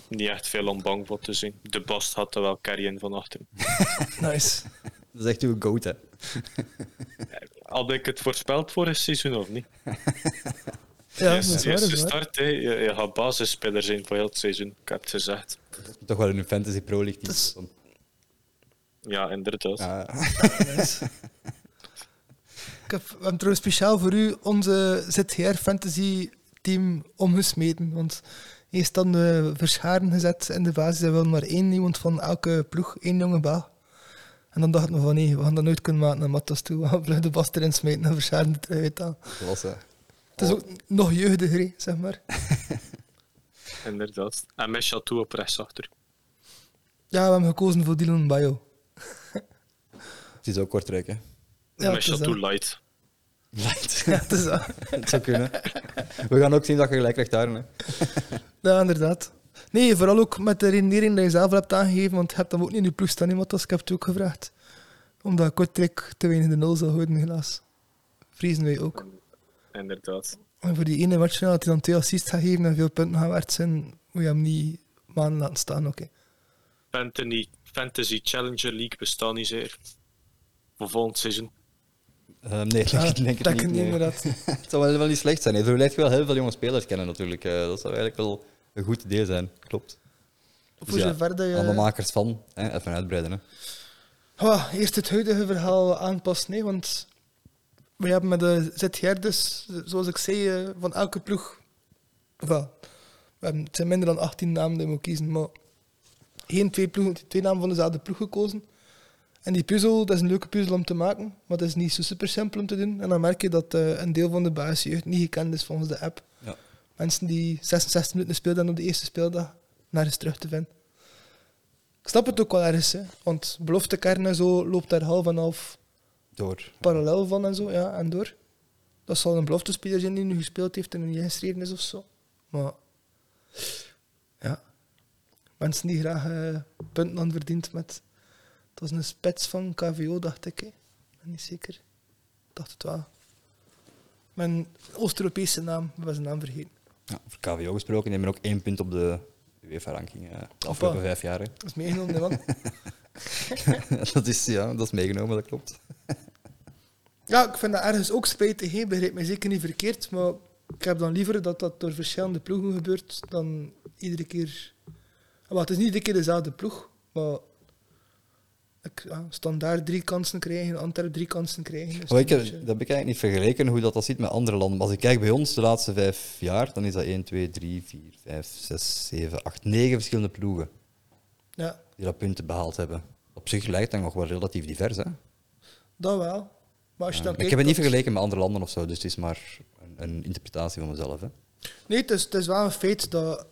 Niet echt veel om bang voor te zien. De Bast had er wel carry in van achter. Nice. [LAUGHS] Dat is echt uw goat, hè. Had ik het voorspeld voor het seizoen of niet? Ja, Eerst- dat is waar, dat eerste is waar. start, hè. je, je gaat basisspeler zijn voor heel het seizoen. Ik heb het gezegd. Toch wel in een Fantasy Pro League. Dat is- Die dan- Ja, inderdaad. ja. [LAUGHS] Ik heb hem trouwens speciaal voor u onze ZGR Fantasy team omgesmeten. Want eerst dan de verscharen gezet in de basis. Er wil maar één iemand van elke ploeg, één jonge ba. En dan dacht ik me van nee, we gaan dat nooit kunnen maken naar Mattas toe. [LAUGHS] We gaan vlug de bas erin smijten en verscharen het eruit aan. klasse. Het is ook nog jeugdiger, hè, zeg maar. Inderdaad. En met Chateau op rechtsachter. Ja, we hebben gekozen voor Dylan Bayo. Het is ook kortrijk, hè. Ja, en het met is dat. Chateau Light. Ja, het is dat. [LAUGHS] Het zou kunnen. We gaan ook zien dat je gelijk krijgt daar, hè. Ja, inderdaad. Nee, vooral ook met de redenering die je zelf hebt aangegeven, want je hebt hem ook niet in je ploeg staan, hè, Matthas. Ik heb het u ook gevraagd. Omdat Kortrijk te weinig de nul zal houden, helaas. Vriezen wij ook. Inderdaad. En voor die ene match nou, dat hij dan twee assists gaat geven en veel punten gaat waard zijn, moet je hem niet maanden laten staan, oké. Fantasy, Fantasy Challenger League bestaat niet zeer. Voor volgend seizoen. Ehm, nee, denk, Ja, ik- denk dat het niet. kan niet, nee. inderdaad. [LAUGHS] het zou wel, wel niet slecht zijn. hè. Zo leert je wel heel veel jonge spelers kennen, natuurlijk. Eh, dat zou eigenlijk wel een goed idee zijn. Klopt. Voor zover dat je- Aan de makers van. Hè, even uitbreiden, hè. Ah, eerst het huidige verhaal aanpassen, nee, want we hebben met de ZGR dus, zoals ik zei, eh, van elke ploeg, wel, we hebben, het zijn minder dan 18 namen die we moeten kiezen, maar geen twee, ploegen, twee namen van dezelfde ploeg gekozen. En die puzzel, dat is een leuke puzzel om te maken, maar dat is niet zo super simpel om te doen. En dan merk je dat eh, een deel van de basisjeugd niet gekend is volgens de app. Ja. Mensen die 66 minuten speelden en op de eerste speeldag naar eens terug te vinden. Ik snap het ook wel ergens, hè? want beloftekern en zo loopt daar half en half Door. parallel van en zo, ja, en door. Dat zal een beloftespeler zijn die nu gespeeld heeft en niet geschreven is of zo. Maar, ja. Mensen die graag eh, punten aan verdient met... Het was een spits van KVO, dacht ik. hè. Ik ben niet zeker. Ik dacht het wel. Mijn Oost-Europese naam, ik ben zijn naam vergeten. Ja, voor KVO gesproken, nemen we ook één punt op de UEFA-ranking eh, de afgelopen vijf jaar. hè. [LAUGHS] Dat is meegenomen, hè, man. [LAUGHS] dat, is, ja, dat is meegenomen, dat klopt. Ja, ik vind dat ergens ook spijtig. He. Begrijp mij zeker niet verkeerd, maar ik heb dan liever dat dat door verschillende ploegen gebeurt dan iedere keer. Ah, Maar het is niet iedere keer dezelfde ploeg, maar ik, ja, standaard drie kansen krijgen, Antwerp drie kansen krijgen. Dus Maar ik, heb- een dat beetje- heb ik eigenlijk niet vergeleken hoe dat, dat zit met andere landen. Maar als ik kijk bij ons de laatste vijf jaar, dan is dat 1, 2, 3, 4, 5, 6, 7, 8, 9 verschillende ploegen Ja, die dat punten behaald hebben. Op zich lijkt dat nog wel relatief divers. Hè? dat wel. Maar als je Ja, dan ik kijkt heb het niet tot- vergeleken met andere landen of zo, dus het is maar een, een interpretatie van mezelf. Hè. Nee, het is, het is wel een feit dat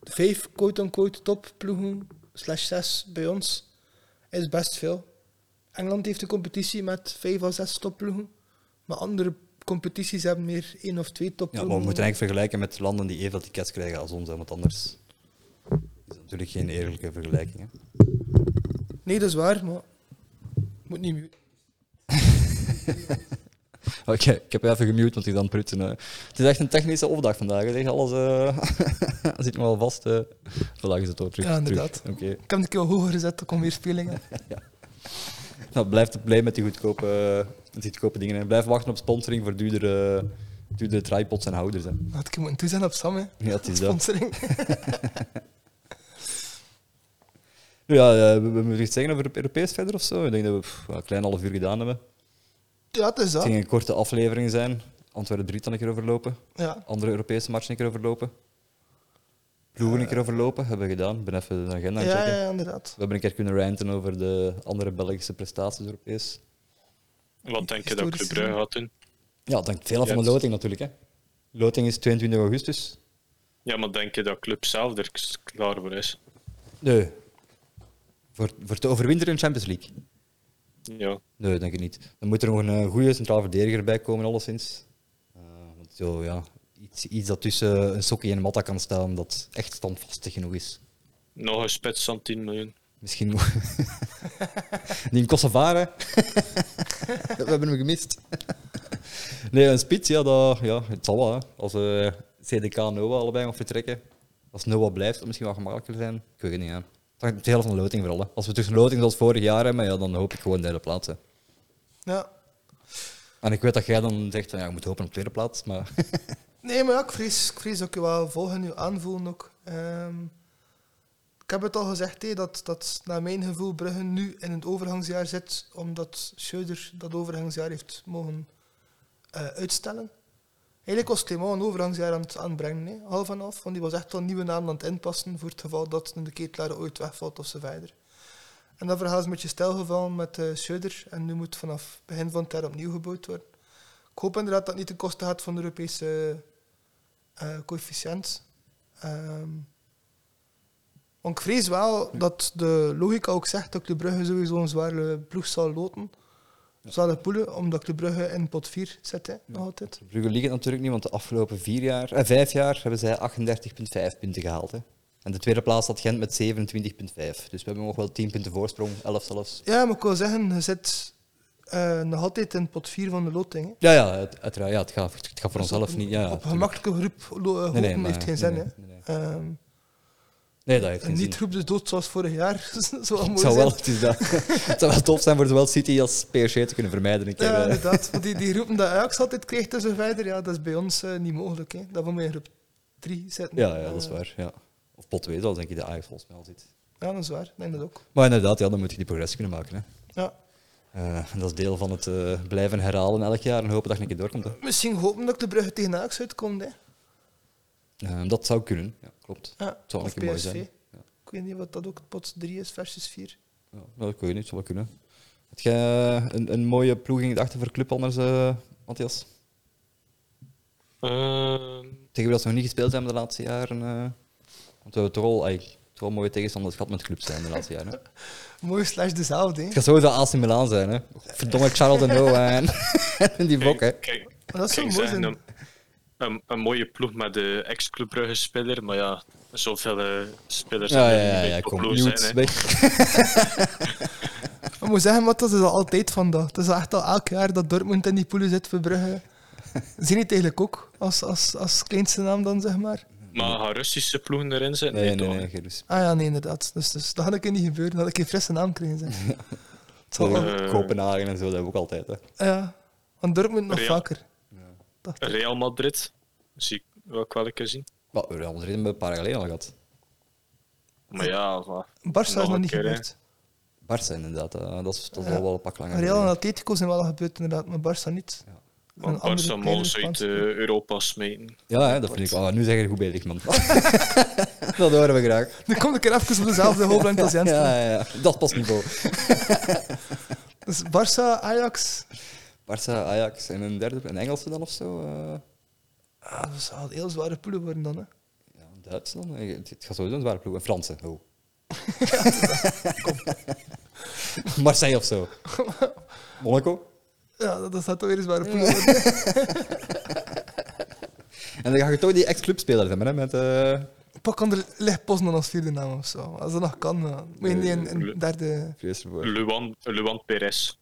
de vijf quote-unquote topploegen, slash zes bij ons, is best veel. Engeland heeft een competitie met vijf of zes topploegen, maar andere competities hebben meer één of twee Ja, topploegen. maar we moeten eigenlijk vergelijken met landen die evenveel tickets krijgen als ons, hè, want anders is dat natuurlijk geen eerlijke vergelijking. Hè. Nee, dat is waar, maar moet niet meer. Oké, ik heb even gemute, want ik dan prutsen. hè. Het is echt een technische opdracht vandaag. hè. Zeg, alles eh, [LAUGHS] zit nog wel vast. eh. Vandaag is het ook terug. Ja, terug. inderdaad. Oké, Ik heb het een keer wat hoger gezet, dan komt weer [LAUGHS] spelingen. nou, blijf blij met die goedkope, eh, met die goedkope dingen. Hè. Blijf wachten op sponsoring voor duurdere, duurdere tripods en houders. Hè. Dat had ik moeten toe zijn op Sam, hè. Ja, het is dat. Sponsoring. Ja, eh, we, we moeten iets zeggen over Europees verder of zo. Ik denk dat we pff, wel een klein half uur gedaan hebben. Ja, dat is Het dat. ging een korte aflevering zijn. Antwerpen Brit dan een keer overlopen. Ja. Andere Europese matchen een keer overlopen. Ploegen een keer overlopen. Hebben we gedaan. Ik ben even de agenda Ja, aan het Eh. ja, checken. ja, inderdaad. We hebben een keer kunnen ranten over de andere Belgische prestaties Europees. Wat denk je dat Club Brugge gaat doen? Ja, het hangt veel af van de Juist. loting natuurlijk. Hè. Loting is 22 augustus. Ja, maar denk je dat Club zelf er k- klaar voor is? Nee. Voor, voor te overwinteren in de Champions League? Ja. Nee, denk ik niet. Dan moet er nog een eh, goede centraal verdediger bij komen, alleszins. Eh, want zo, ja, iets, iets dat tussen een sokkie en een matta kan staan, dat echt standvastig genoeg is. Nog een spits van 10 miljoen. Misschien nog. [LAUGHS] Die in Kosovare. [LAUGHS] We hebben hem gemist. [LAUGHS] nee, een spits, ja, dat, ja het zal wel. hè. Als eh, CDK en Noah allebei gaan vertrekken. Als Noah blijft, dat misschien wel gemakkelijker zijn. Ik weet het niet. Hè. Het hangt het heel van de loting vooral. hè. Als we tussen loting zoals vorig jaar hebben, ja, dan hoop ik gewoon derde plaats. hè. Ja. En ik weet dat jij dan zegt, van, ja, je moet hopen op tweede plaats. Maar Nee, maar ja, ik vrees, ik vrees dat ik je wel volgen, je aanvoelen ook. Ehm, ik heb het al gezegd, hé, dat, dat naar mijn gevoel Brugge nu in het overgangsjaar zit, omdat Schöder dat overgangsjaar heeft mogen eh, uitstellen. Eigenlijk was Clément een overgangsjaar aan het aanbrengen, hè, half en half, want die was echt al een nieuwe naam aan het inpassen voor het geval dat een de Keetlaren ooit wegvalt of ze verder. En dat verhaal is een beetje stilgevallen met eh Schöder en nu moet vanaf begin van het jaar opnieuw gebouwd worden. Ik hoop inderdaad dat het niet ten koste gaat van de Europese eh, coëfficiënt. Ehm, want ik vrees wel dat de logica ook zegt dat de Brugge sowieso een zware ploeg zal loten. Zware poelen, omdat de Brugge in pot 4 zit, hè, nog altijd. Brugge liegt het natuurlijk niet, want de afgelopen vier jaar, eh, vijf jaar hebben zij 38,5 punten gehaald. Hè. En de tweede plaats had Gent met 27,5. Dus we hebben nog wel 10 punten voorsprong, 11 zelfs. Ja, maar ik wil zeggen, je zit eh, nog altijd in pot 4 van de loting. Hè. Ja, ja, uit- uiteraard. Ja, het, gaat, het gaat voor Dus onszelf op- niet. Ja, ja, op een tuurlijk. gemakkelijke groep lo- eh, Nee, hopen nee, maar- heeft geen zin. nee, hè. nee, nee. Ehm, Nee, dat heeft een geen zin. niet-groep dus dood zoals vorig jaar. [LAUGHS] zou wel mooi Het zou, wel, zijn. het, is dat. [LAUGHS] het zou wel tof zijn voor zowel City als PSG te kunnen vermijden. Een keer, Ja, eh. inderdaad. Want die, die groepen dat Ajax altijd kreeg en zo verder, ja, dat is bij ons eh, niet mogelijk. Hè. Dat we maar in groep 3 zitten. ja, ja, dat is Eh, waar. Ja. Of pot 2, zoals denk ik de Ajax volgens mij al zit. Ja, dat is waar. Ik denk dat ook. Maar inderdaad, ja, dan moet je die progressie kunnen maken. Hè. Ja. Eh, en dat is deel van het eh, blijven herhalen elk jaar en hopen dat je een keer doorkomt. Hè. Misschien hopen dat ik de brugge tegen Ajax uitkomt. Hè. Eh, dat zou kunnen, ja, klopt. Ja. zou of een keer mooi PSV. zijn. Ja. Ik weet niet wat dat ook pot 3 is versus 4. Ja, nou, dat kun je niet, zou wel kunnen. Had jij eh, een, een mooie ploeg in gedachten voor club anders, eh, Matthias? Ehm, Tegen wie dat ze nog niet gespeeld hebben de laatste jaren? eh? want we hebben toch al, ai, toch wel mooie tegenstanders gehad met clubs zijn de laatste jaren. Hè? Mooi slash dezelfde. Hè. [LAUGHS] Het gaat sowieso AC Milan zijn, hè? Verdomme Charles de Noa en, [LAUGHS] en die bok, hè? kijk, kijk, Maar dat zou kijk, mooi zeggen, zijn. een, een, een mooie ploeg met de ex-Club Brugge speler, maar ja, zoveel eh, spelers Ja, er ja, niet ja, bij ja, kom. topploegen Newt zijn, hè. weg. Ik moet zeggen, wat dat is al altijd vandaag. Het is echt al elk jaar dat Dortmund in die poelen zit voor [LAUGHS] Brugge. Zien het eigenlijk ook als, als, als kleinste naam dan, zeg maar. Maar gaan Russische ploegen erin zitten? Nee, nee, toch, nee. hè? geen rust. Ah ja, nee, inderdaad. Dus, dus dat had ik niet gebeuren. Dat had ik een frisse naam [LAUGHS] gekregen. Zeg. Het zal wel- Tegen Kopenhagen en zo, dat hebben we ook altijd, hè? Ja, want Dortmund nog Real. vaker. Dacht ik. Real Madrid, zie ik welk welke zien. Maar we hebben we een paar jaar geleden al gehad. Maar ja, maar, Barca is nog een niet keer, hè. gebeurd. Barca inderdaad, eh, dat is, dat is Ja. al wel een pak langer. Real en geleden. Atletico zijn wel al gebeurd, inderdaad, maar Barca niet. Van want andere Barca kleine mogen uit Spaanse eh, Europa smeten. Ja, hè, dat vind ik. Oh, nu zeg je goed bezig, man. dat horen we graag. [LAUGHS] Dan kom ik er even op [LAUGHS] dezelfde hoofdlijn als Jens. Ja, ja, ja. dat past niveau. Dus Barca, Ajax. Barça, Ajax en een derde, een Engelse dan of zo. eh. Ah, dat zou een heel zware poelen worden dan. Hè. ja, Duitsland? Eh, Het het gaat sowieso een zware ploeg. En Fransen, oh. [LAUGHS] Marseille of zo. Monaco. Ja, dat- dat staat toch weer eens waar op. Ja. En dan ga je toch die ex-clubspeler hebben, hè? Met, eh, [LAUGHS] Pak ander leg Poznan als vierde naam of zo. Als dat nog kan. ja. Moet je niet een, een derde. vrees ervoor. Luan, Luan Perez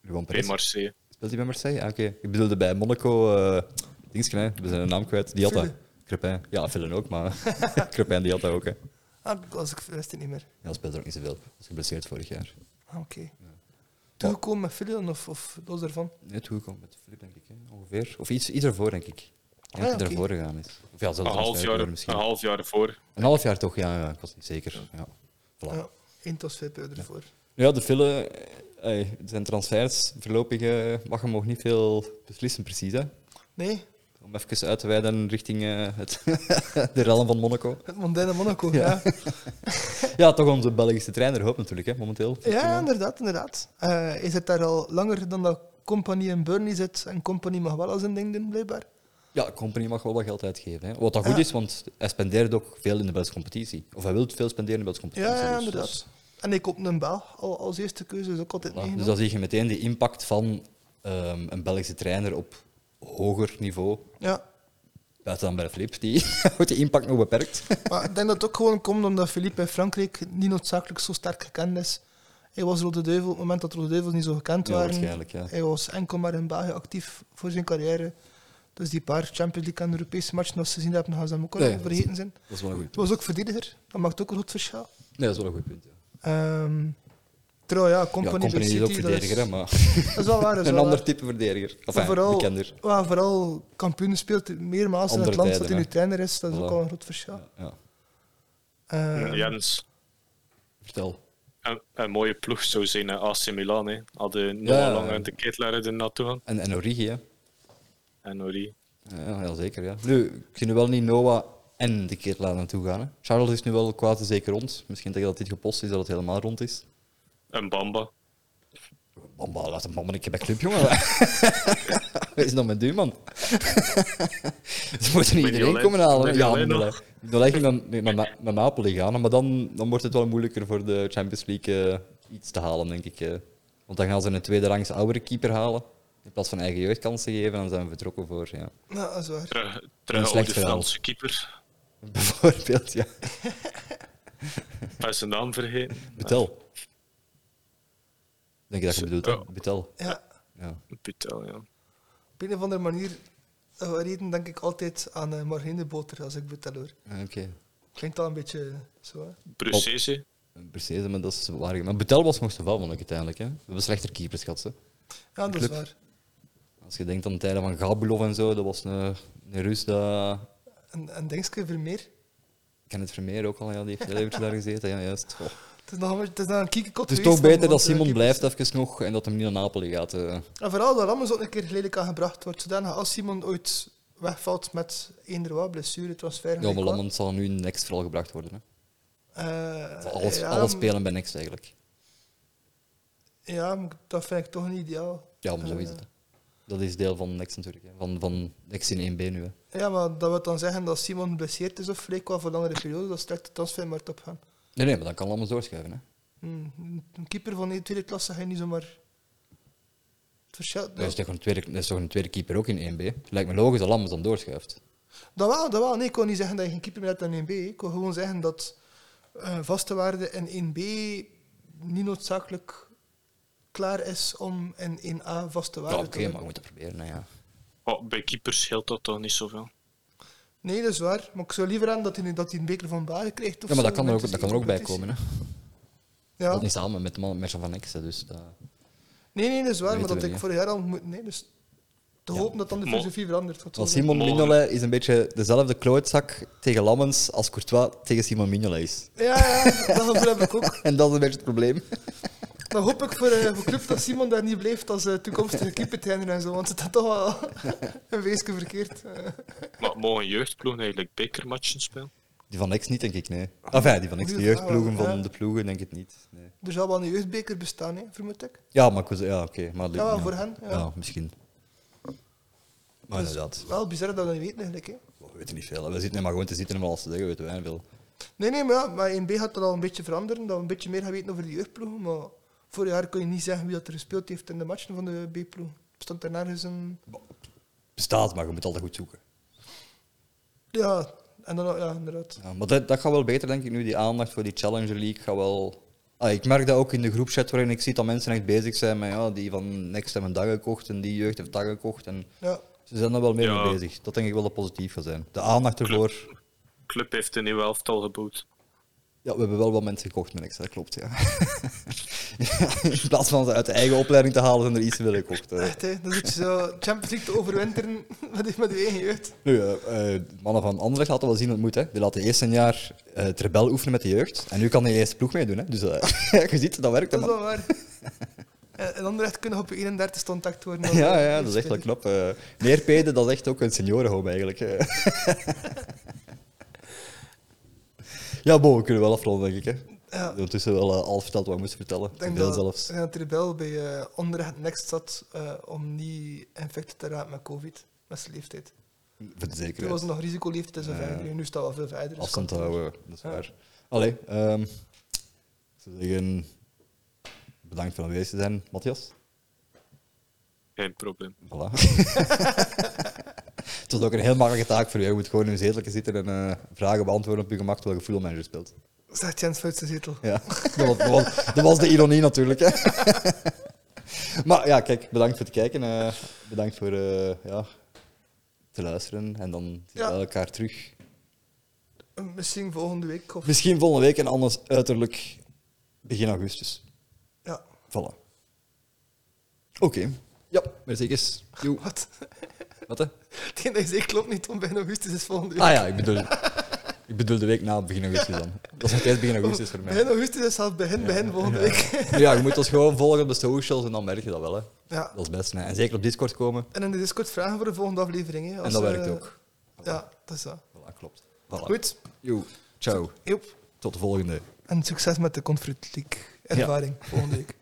Luan bij Perez. Marseille. Speelt hij bij Marseille? Ah, oké. Ik bedoelde bij Monaco. eh Dingetje, hè? We zijn een naam kwijt. Diotta. Vullen. Crepin. Ja, Villen ook, maar [LAUGHS] Crepin en Diotta ook, hè? Ah, als ik wist het niet meer. Ja, speelt er ook niet zoveel. Was geblesseerd vorig jaar. Ah, oké. Toegekomen met Filion of, of los daarvan? Net toegekomen met Filip, denk ik, hè? ongeveer. Of iets, iets ervoor, denk ik. Ik denk Ah, dat hij oké. ervoor gegaan is. Of ja, zelfs Een half, transfer jaar, een misschien. half jaar voor. Een half jaar toch, ja, ja, ik was niet zeker. Ja, voilà. Ja. Eén tosfitpeur ervoor. Ja, de Ville, eh, eh, zijn transfers voorlopig eh, mag hem nog niet veel beslissen, precies. Hè? Nee, Om even uit te wijden richting eh, het, [LAUGHS] de rellen van Monaco. het mondaine Monaco. Ja, ja. Ja, toch onze Belgische trainer hoop natuurlijk, hè, momenteel. inderdaad. inderdaad. Eh is het daar al langer dan dat Company en Burnley zit? En Company mag wel als een ding doen, blijkbaar. Ja, company mag wel wat geld uitgeven. Hè. Wat dat goed Ja. is, want hij spendeert ook veel in de Belgische competitie. Of hij wil veel spenderen in de Belgische Ja, competitie. ja dus dat is- inderdaad. En ik op een Belg al, als eerste keuze is ook altijd Voilà. meegenomen. Dus dan zie je meteen de impact van ehm, een Belgische trainer op hoger niveau. Ja, Buiten dan bij Flip, die [LAUGHS] wordt die impact nog beperkt. maar ik denk dat het ook gewoon komt omdat Philippe in Frankrijk niet noodzakelijk zo sterk gekend is. Hij was Rode Duivel op het moment dat Rode Duivels niet zo gekend Ja, waren. waarschijnlijk, ja. Hij was enkel maar in België actief voor zijn carrière. Dus die paar Champions League en Europese matchen, als ze gezien hebben, gaan ze hem ook al Nee, vergeten zijn. Dat is wel een goed Het was ook verdediger, dat maakt ook een goed verschil. Nee, dat is wel een goed punt. Ja. Ehm trouw, ja, Ja, Company, Company is ook verdediger, dat, hè, is, [LAUGHS] maar dat is wel waar. Dat is [LAUGHS] een wel ander waar. type verdediger. Of Maar vooral, bekender. ja, vooral kampioen speelt meermaals in Andere het land dat tijden, hij nu hè. trainer is, dat is ook Voilà. al een groot verschil. Ja, Ehm, Jens, vertel. een, een mooie ploeg zou zijn eh, AC Milan. Hè. eh, Hadden nog Ja, wel ja, langer ja. de Keitler er naartoe gaan. En, en Origi, hè. En Ori. Ja, ja, zeker. Ja. Nu, ik zie nu wel niet Noah en de keer laten naartoe gaan. Hè. Charles is nu wel kwaad en zeker rond. Misschien tegen dat dit gepost is, dat het helemaal rond is. En Bamba. Bamba, laat hem bamba een keer bij club, jongen. [LAUGHS] Wat is nou met duur, man? [LAUGHS] Ze moeten niet Met iedereen Jolijn. komen halen. hè. Met Ja, Jolijn dan nog. dan lijkt me naar- naar Na- naar Napoli gaan, maar dan, dan wordt het wel moeilijker voor de Champions League eh, iets te halen, denk ik. eh. Want dan gaan ze een tweede rangs oudere keeper halen. In plaats van eigen jeugdkansen geven, dan zijn we vertrokken voor. Ja. [LAUGHS] ja, dat is waar. Terug, Een terug slecht oude verhaal. Franse keeper. Bijvoorbeeld, ja. Hij is zijn naam vergeten. Betel. Denk je dat je bedoelt, hè? Betel. Ja, Ja. Putel, ja. op een of andere manier eh, reden denk ik altijd aan eh margarineboter als ik betel hoor. Ah, Oké. Klinkt al een beetje eh, zo. Hè? Brussese. Precies, maar dat is waar. Maar Betel was nog te val, vond ik uiteindelijk. Hè. We hebben slechter keepers gehad. hè. Ja, dat is Club. waar. Als je denkt aan de tijden van Gabulov en zo, dat was een, een Rus. Dat... En, en denk ik veel meer. Kenneth Vermeer ook al, ja, die heeft heel even daar gezeten. Ja, juist. Goh. Het is, nog, een beetje- het is nog een kiekenkot Het is toch geweest, beter want, dat eh, Simon keepers- blijft even nog en dat hem niet naar Napoli gaat. eh. En vooral dat Lammers ook een keer geleidelijk aan gebracht wordt. Zodanig als Simon ooit wegvalt met eender wat, blessure, transfer. Ja, gelijk maar wat. Lammens zal nu in Next vooral gebracht worden. Hè. Eh, Alles, ja, alles m- spelen bij Next eigenlijk. Ja, maar dat vind ik toch niet ideaal. Ja, maar zo is Eh, het. hè. Dat is deel van Next natuurlijk. Hè. Van, van Next in 1B nu. Hè. Ja, maar dat wil dan zeggen dat Simon geblesseerd is of vrij qua voor langere periode, dat strekt de transfermarkt op gaan. Nee, nee, maar dan kan Lammens doorschuiven. Hè. Hmm, Een keeper van de tweede klasse ga je niet zomaar... Het verschil... Dat is, toch een tweede, dat is toch een tweede keeper ook in 1B? Lijkt me logisch dat Lammers dan doorschuift. Dat wel, dat wel. Nee, ik kon niet zeggen dat je geen keeper meer hebt dan 1B. Ik kon gewoon zeggen dat eh, vaste waarde in 1B niet noodzakelijk klaar is om in 1A vaste Ja, waarde Oké, te hebben. maar we moeten het proberen. hè, ja. Oh, bij keepers scheelt dat toch niet zoveel. Nee, dat is waar. Maar ik zou liever aan dat hij, dat hij een beker van Bagen krijgt. Of ja, maar dat zo, kan er met ook, de dat kan er ook bij competitie. komen. Hè. Ja. Dat niet samen met de man met Jean van Next. hè, Dus dat- Nee, nee, dat is waar. Dat weten Maar dat we ik niet, vorig jaar al moet. Nee, dus te hopen dat dan de Mo- filosofie verandert. wat Want we Simon Mogen. Mignolet is een beetje dezelfde klootzak tegen Lammens als Courtois tegen Simon Mignolet is. [LAUGHS] doen. Ja, ja, dat gevoel heb ik ook. En dat is een beetje het probleem. Dan hoop ik voor, eh voor club dat Simon daar niet blijft als eh, toekomstige keepertrainer en zo. Want het is toch wel [LAUGHS] een weesje verkeerd. Eh, Maar mogen jeugdploegen eigenlijk bekermatchen spelen? Die van Next niet, denk ik, nee. Ah, Enfin, die van Next, de Goeie vraag, jeugdploegen ja. van de ploegen, denk ik niet. Nee. er zal wel een jeugdbeker bestaan, hè, vermoed ik. Ja, maar ik was- ja, oké. maar Ja, wel voor hen, ja. Dus- misschien. Maar inderdaad. Wel bizar dat we dat niet weten eigenlijk. Hè. we weten niet veel. hè. We zitten maar gewoon te zitten om alles te zeggen, weten wij veel. Nee, nee, maar, ja, maar in B gaat dat al een beetje veranderen, dat we een beetje meer gaan weten over de jeugdploegen. Maar vorig jaar kon je niet zeggen wie dat er gespeeld heeft in de matchen van de B-ploeg. Stond er nergens een... Bestaat, maar je moet altijd goed zoeken. Ja, en dan, ja inderdaad. Ja, maar dat, dat gaat wel beter, denk ik, nu. Die aandacht voor die Challenger League gaat wel... Ah, ik merk dat ook in de groepchat waarin ik zie dat mensen echt bezig zijn met ja, die van Next hebben een dag gekocht en die jeugd heeft dag gekocht. En Ja, ze zijn daar wel meer Ja. mee bezig. Dat denk ik wel dat positief gaat zijn. De aandacht ervoor... club heeft een nieuw elftal geboekt. Ja, we hebben wel wat mensen gekocht met Next, dat klopt, ja. [LAUGHS] in plaats van ze uit de eigen opleiding te halen, zijn er iets willen gekocht. hè. echt hè. Dan zit je zo Champions League te overwinteren [LAUGHS] met, met je eigen jeugd. Nu, eh, eh, de mannen van Anderlecht laten wel zien wat het moet. Hè. Die laten eerst een jaar eh het rebel oefenen met de jeugd. En nu kan de eerste ploeg meedoen. Hè. Dus eh, [LAUGHS] je ziet, dat werkt. hè, Dat is man. [LAUGHS] wel waar. Eh, En en dan echt kunnen op je 31 contact worden. Ja, ja, dat is echt wel knap. eh. Neerpeden, dat is echt ook een seniorenhome eigenlijk. eh. [LAUGHS] ja, bo, we kunnen wel afronden, denk ik. Hè. Ja. Ondertussen wel eh, al verteld wat we moesten vertellen. Ik denk Veel dat, zelfs. ik denk dat de rebel bij eh, onderrecht next zat eh, om niet infected te raken met covid, met zijn leeftijd. Voor de Toen was zekerheid. het nog risicoleeftijd en zo verder. Nu staat wel veel verder. dus Afstand kan het houden, dat is Ja. waar. Allee, ehm, ik zou zeggen... Bedankt voor aanwezig te zijn, Matthias. Geen probleem. Voilà. [LAUGHS] het was ook een heel makkelijke taak voor jou. Je moet gewoon in een zeteltje zitten en eh, vragen beantwoorden op je gemak terwijl je voetbal manager speelt. wel. Zegt Jens vanuit zijn zetel. Ja, [LAUGHS] dat was, dat was, dat was de ironie natuurlijk. Hè. [LAUGHS] maar ja, kijk, bedankt voor het kijken. eh, bedankt voor eh, ja, te luisteren. En dan zien we Ja. elkaar terug. Eh, Misschien volgende week of... Misschien volgende week en anders uiterlijk begin augustus. Ja, Voilà. Oké. Ja, merci. guys. Joe. [LAUGHS] wat? Wat hè? Hetgeen dat je zei klopt niet, om bijna augustus is volgende week. Ah ja, ik bedoel, ik bedoel de week na begin augustus dan. Dat is nog steeds begin augustus voor mij. Begin augustus is zelfs begin, begin volgende week. [LAUGHS] Ja, je moet ons gewoon volgen op de socials en dan merk je dat wel. Hè. Ja. Dat is best. Hè. En zeker op Discord komen. En in de Discord vragen voor de volgende aflevering. Hè, En als, dat eh, werkt ook. Ja, dat is dat. Voilà, klopt. Voilà. Goed, Joe, ciao. joep. Tot de volgende. En succes met de Conflict League ervaring volgende week.